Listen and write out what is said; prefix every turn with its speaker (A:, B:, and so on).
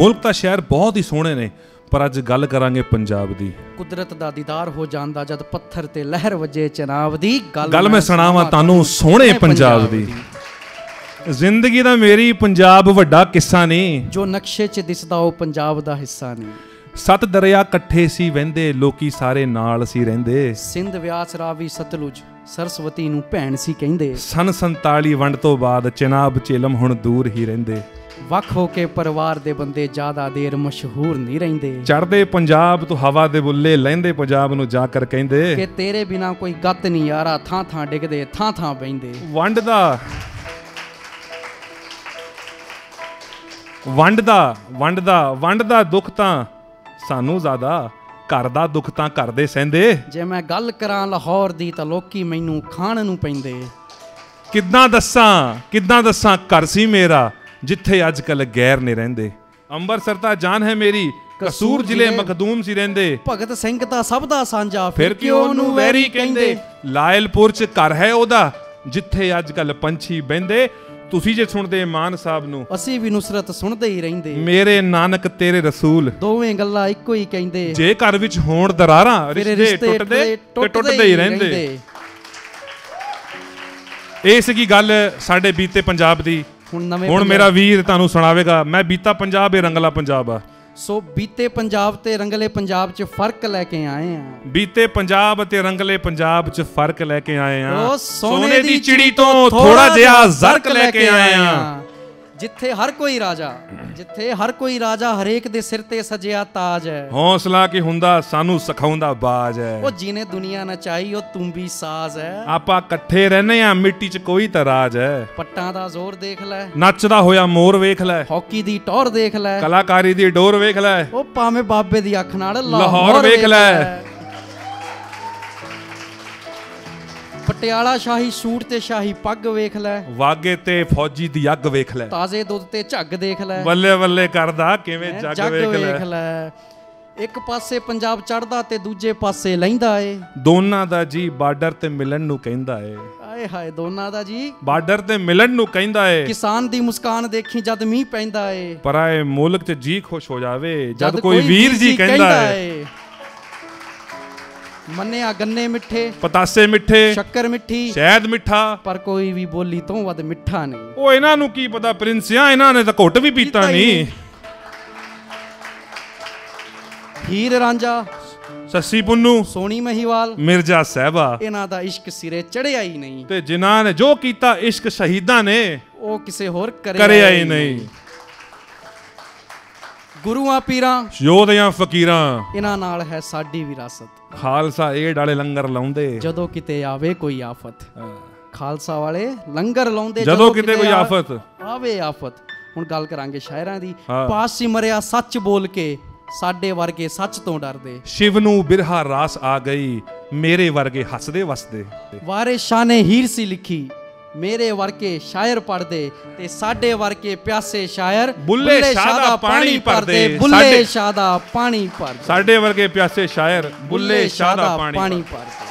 A: ਮੁਲਕ ਤਾਂ ਸ਼ਹਿਰ ਬਹੁਤ ਹੀ ਸੋਹਣੇ ਨੇ ਪਰ ਅੱਜ ਗੱਲ ਕਰਾਂਗੇ ਪੰਜਾਬ ਦੀ
B: ਕੁਦਰਤ ਦਾ ਦੀਦਾਰ ਹੋ ਜਾਂਦਾ ਜਦ ਪੱਥਰ ਤੇ ਲਹਿਰ ਵਜੇ ਚਨਾਬ ਦੀ
A: ਗੱਲ ਮੈਂ ਸੁਣਾਵਾਂ ਤੁਹਾਨੂੰ ਸੋਹਣੇ ਪੰਜਾਬ ਦੀ ਜ਼ਿੰਦਗੀ ਦਾ ਮੇਰੀ ਪੰਜਾਬ ਵੱਡਾ ਕਿੱਸਾ ਨੇ
B: ਜੋ ਨਕਸ਼ੇ 'ਚ ਦਿਸਦਾ ਉਹ ਪੰਜਾਬ ਦਾ ਹਿੱਸਾ ਨਹੀਂ
A: ਸੱਤ ਦਰਿਆ ਇਕੱਠੇ ਸੀ ਵਹਿੰਦੇ ਲੋਕੀ ਸਾਰੇ ਨਾਲ ਸੀ ਰਹਿੰਦੇ
B: ਸਿੰਧ ਵਿਆਸ ਰਾਵੀ ਸਤਲੁਜ ਸਰਸਵਤੀ ਨੂੰ ਭੈਣ ਸੀ ਕਹਿੰਦੇ
A: ਸਨ 47 ਵੰਡ ਤੋਂ ਬਾਅਦ ਚਨਾਬ ਚੇਲਮ ਹੁਣ ਦੂਰ ਹੀ ਰਹਿੰਦੇ
B: ਵੱਖ ਹੋ ਕੇ ਪਰਿਵਾਰ ਦੇ ਬੰਦੇ ਜ਼ਿਆਦਾ ਦੇਰ ਮਸ਼ਹੂਰ ਨਹੀਂ ਰਹਿੰਦੇ
A: ਚੜਦੇ ਪੰਜਾਬ ਤੋਂ ਹਵਾ ਦੇ ਬੁੱਲੇ ਲਹਿੰਦੇ ਪੰਜਾਬ ਨੂੰ ਜਾ ਕਰ ਕਹਿੰਦੇ
B: ਕਿ ਤੇਰੇ ਬਿਨਾ ਕੋਈ ਗੱਤ ਨਹੀਂ ਯਾਰਾ ਥਾਂ ਥਾਂ ਡਿੱਗਦੇ ਥਾਂ ਥਾਂ ਬੈਂਦੇ
A: ਵੰਡ ਦਾ ਵੰਡ ਦਾ ਵੰਡ ਦਾ ਵੰਡ ਦਾ ਦੁੱਖ ਤਾਂ ਸਾਨੂੰ ਜ਼ਿਆਦਾ ਘਰ ਦਾ ਦੁੱਖ ਤਾਂ ਕਰਦੇ ਸਹਿੰਦੇ
B: ਜੇ ਮੈਂ ਗੱਲ ਕਰਾਂ ਲਾਹੌਰ ਦੀ ਤਾਂ ਲੋਕੀ ਮੈਨੂੰ ਖਾਣ ਨੂੰ ਪੈਂਦੇ
A: ਕਿੱਦਾਂ ਦੱਸਾਂ ਕਿੱਦਾਂ ਦੱਸਾਂ ਘਰ ਸੀ ਮੇਰਾ ਜਿੱਥੇ ਅੱਜ ਕੱਲ ਗੈਰ ਨੇ ਰਹਿੰਦੇ ਅੰਮ੍ਰਿਤਸਰ ਤਾਂ ਜਾਨ ਹੈ ਮੇਰੀ ਕਸੂਰ ਜ਼ਿਲ੍ਹੇ ਮਖਦੂਮ ਸੀ ਰਹਿੰਦੇ
B: ਭਗਤ ਸਿੰਘ ਤਾਂ ਸਭ ਦਾ ਸਾਂਝਾ
A: ਫਿਰ ਕਿ ਉਹਨੂੰ ਵੈਰੀ ਕਹਿੰਦੇ ਲਾਇਲਪੁਰ ਚ ਘਰ ਹੈ ਉਹਦਾ ਜਿੱਥੇ ਅੱਜ ਕੱਲ ਪੰਛੀ ਬਹਿੰਦੇ ਤੁਸੀਂ ਜੇ ਸੁਣਦੇ ਮਾਨ ਸਾਹਿਬ ਨੂੰ
B: ਅਸੀਂ ਵੀ ਨੁਸਰਤ ਸੁਣਦੇ ਹੀ ਰਹਿੰਦੇ
A: ਮੇਰੇ ਨਾਨਕ ਤੇਰੇ ਰਸੂਲ
B: ਦੋਵੇਂ ਗੱਲਾਂ ਇੱਕੋ ਹੀ ਕਹਿੰਦੇ
A: ਜੇ ਘਰ ਵਿੱਚ ਹੋਣ ਦਰਾਰਾਂ
B: ਫਿਰ
A: ਰਿਸ਼ਤੇ ਟੁੱਟਦੇ ਤੇ ਟੁੱਟਦੇ ਹੀ ਰਹਿੰਦੇ ਇਹ ਸੀਗੀ ਗੱਲ ਸਾਡੇ ਬੀਤੇ ਪੰਜਾਬ ਦੀ
B: ਹੁਣ ਨਵੇਂ
A: ਹੁਣ
B: ਪੰਜਾਬ-
A: ਮੇਰਾ ਵੀਰ ਤੁਹਾਨੂੰ ਸੁਣਾਵੇਗਾ ਮੈਂ ਬੀਤਾ ਪੰਜਾਬ ਇਹ ਰੰਗਲਾ ਪੰਜਾਬ ਆ
B: ਸੋ ਬੀਤੇ ਪੰਜਾਬ ਤੇ ਰੰਗਲੇ ਪੰਜਾਬ 'ਚ ਫਰਕ ਲੈ ਕੇ ਆਏ ਆ
A: ਬੀਤੇ ਪੰਜਾਬ ਅਤੇ ਰੰਗਲੇ ਪੰਜਾਬ 'ਚ ਫਰਕ ਲੈ ਕੇ ਆਏ ਆ
B: ਉਹ ਸੋਨੇ ਦੀ ਚਿੜੀ ਤੋਂ
A: ਥੋੜਾ ਜਿਹਾ ਜ਼ਰਕ ਲੈ ਕੇ ਆਏ ਆ
B: ਜਿੱਥੇ ਹਰ ਕੋਈ ਰਾਜਾ ਜਿੱਥੇ ਹਰ ਕੋਈ ਰਾਜਾ ਹਰੇਕ ਦੇ ਸਿਰ ਤੇ ਸਜਿਆ ਤਾਜ ਹੈ
A: ਹੌਸਲਾ ਕੀ ਹੁੰਦਾ ਸਾਨੂੰ ਸਿਖਾਉਂਦਾ ਬਾਜ ਹੈ
B: ਉਹ ਜਿਹਨੇ ਦੁਨੀਆ ਨਚਾਈ ਉਹ ਤੁੰਬੀ ਸਾਜ਼ ਹੈ
A: ਆਪਾਂ ਇਕੱਠੇ ਰਹਿੰਦੇ ਆ ਮਿੱਟੀ 'ਚ ਕੋਈ ਤਰਾਜ ਹੈ
B: ਪੱਟਾਂ ਦਾ ਜ਼ੋਰ ਦੇਖ ਲੈ
A: ਨੱਚਦਾ ਹੋਇਆ ਮੋਰ ਵੇਖ ਲੈ
B: ਹਾਕੀ ਦੀ ਟੌਰ ਦੇਖ ਲੈ
A: ਕਲਾਕਾਰੀ ਦੀ ਡੋਰ ਵੇਖ ਲੈ
B: ਉਹ ਭਾਵੇਂ ਬਾਬੇ ਦੀ ਅੱਖ ਨਾਲ
A: ਲਾਹੌਰ ਵੇਖ ਲੈ।
B: ਪਟਿਆਲਾ ਸ਼ਾਹੀ ਸੂਟ ਤੇ ਸ਼ਾਹੀ ਪੱਗ ਵੇਖ ਲੈ
A: ਵਾਗੇ ਤੇ ਫੌਜੀ ਦੀ ਅੱਗ ਵੇਖ ਲੈ
B: ਤਾਜ਼ੇ ਦੁੱਧ ਤੇ ਝੱਗ ਦੇਖ ਲੈ
A: ਬੱਲੇ ਬੱਲੇ ਕਰਦਾ ਕਿਵੇਂ
B: ਹੈਂ,
A: ਜੱਗ ਵੇਖ ਲੈ
B: ਲੈ ਇੱਕ ਪਾਸੇ ਪੰਜਾਬ ਚੜਦਾ ਤੇ ਦੂਜੇ ਪਾਸੇ ਲੈਂਦਾ ਏ
A: ਦੋਨਾਂ ਦਾ ਜੀ ਬਾਰਡਰ ਤੇ ਮਿਲਣ ਨੂੰ ਕਹਿੰਦਾ ਏ
B: ਆਏ ਹਾਏ ਦੋਨਾਂ ਦਾ ਜੀ
A: ਬਾਰਡਰ ਤੇ ਮਿਲਣ ਨੂੰ ਕਹਿੰਦਾ ਏ
B: ਕਿਸਾਨ ਦੀ ਮੁਸਕਾਨ ਦੇਖੀ ਜਦ ਮੀਂਹ ਪੈਂਦਾ ਏ
A: ਪਰ ਆਏ ਮੁਲਕ ਤੇ ਜੀ ਖੁਸ਼ ਹੋ ਜਾਵੇ ਜਦ ਕੋਈ ਵੀਰ ਜੀ ਕਹਿੰਦਾ ਏ
B: ਏ ਮੰਨਿਆ ਗੰਨੇ ਮਿੱਠੇ
A: ਪਤਾਸੇ ਮਿੱਠੇ
B: ਸ਼ੱਕਰ ਮਿੱਠੀ
A: ਸ਼ਹਿਦ ਮਿੱਠਾ
B: ਪਰ ਕੋਈ ਵੀ ਬੋਲੀ ਤੋਂ ਵੱਧ ਮਿੱਠਾ ਨਹੀਂ
A: ਉਹ ਇਹਨਾਂ ਨੂੰ ਕੀ ਪਤਾ ਪ੍ਰਿੰਸਿਆ ਇਹਨਾਂ ਨੇ ਤਾਂ ਘੁੱਟ ਵੀ ਪੀਤਾ
B: ਪੀਤਾ ਹੀ
A: ਨਹੀਂ
B: ਹੀਰ ਰਾਂਝਾ
A: ਸੱਸੀ ਪੁੰਨੂ
B: ਸੋਣੀ ਮਹੀਵਾਲ
A: ਮਿਰਜ਼ਾ ਸਾਹਿਬਾ
B: ਇਹਨਾਂ ਦਾ ਇਸ਼ਕ ਸਿਰੇ ਚੜਿਆ ਹੀ ਨਹੀਂ
A: ਤੇ ਜਿਨ੍ਹਾਂ ਨੇ ਜੋ ਕੀਤਾ ਇਸ਼ਕ ਸ਼ਹੀਦਾਂ ਨੇ
B: ਉਹ ਕਿਸੇ ਹੋਰ ਕਰਿਆ
A: ਕਰਿਆ ਹੀ ਨਹੀਂ
B: ਗੁਰੂਆਂ ਪੀਰਾਂ
A: ਯੋਧਿਆਂ ਫਕੀਰਾਂ
B: ਇਹਨਾਂ ਨਾਲ ਹੈ ਸਾਡੀ ਵਿਰਾਸਤ
A: ਖਾਲਸਾ ਏਡ ਵਾਲੇ ਲੰਗਰ ਲਾਉਂਦੇ
B: ਜਦੋਂ ਕਿਤੇ ਆਵੇ ਕੋਈ ਆਫਤ ਖਾਲਸਾ ਵਾਲੇ ਲੰਗਰ ਲਾਉਂਦੇ
A: ਜਦੋਂ ਕਿਤੇ ਕੋਈ
B: ਆ-
A: ਆਫਤ
B: ਆਵੇ ਆਫਤ ਹੁਣ ਗੱਲ ਕਰਾਂਗੇ ਸ਼ਾਇਰਾਂ ਦੀ
A: ਹਾਂ।
B: ਪਾਸੀ ਮਰਿਆ ਸੱਚ ਬੋਲ ਕੇ ਸਾਡੇ ਵਰਗੇ ਸੱਚ ਤੋਂ ਡਰਦੇ
A: ਸ਼ਿਵ ਨੂੰ ਬਿਰਹਾ ਰਾਸ ਆ ਗਈ ਮੇਰੇ ਵਰਗੇ ਹੱਸਦੇ ਵਸਦੇ
B: ਵਾਰੇ ਸ਼ਾਹ ਨੇ ਹੀਰ ਸੀ ਲਿਖੀ ਮੇਰੇ ਵਰਗੇ ਸ਼ਾਇਰ ਪੜਦੇ ਤੇ ਸਾਡੇ ਵਰਗੇ ਪਿਆਸੇ ਸ਼ਾਇਰ
A: ਬੁੱਲੇ ਸ਼ਾਹ ਦਾ ਪਾਣੀ ਭਰਦੇ,
B: ਬੁੱਲੇ
A: ਸਾਡੇ-
B: ਸ਼ਾਹ ਦਾ ਪਾਣੀ ਭਰਦੇ
A: ਸਾਡੇ ਵਰਗੇ ਪਿਆਸੇ ਸ਼ਾਇਰ ਬੁੱਲੇ ਸ਼ਾਹ ਦਾ ਪਾਣੀ
B: ਭਰਦੇ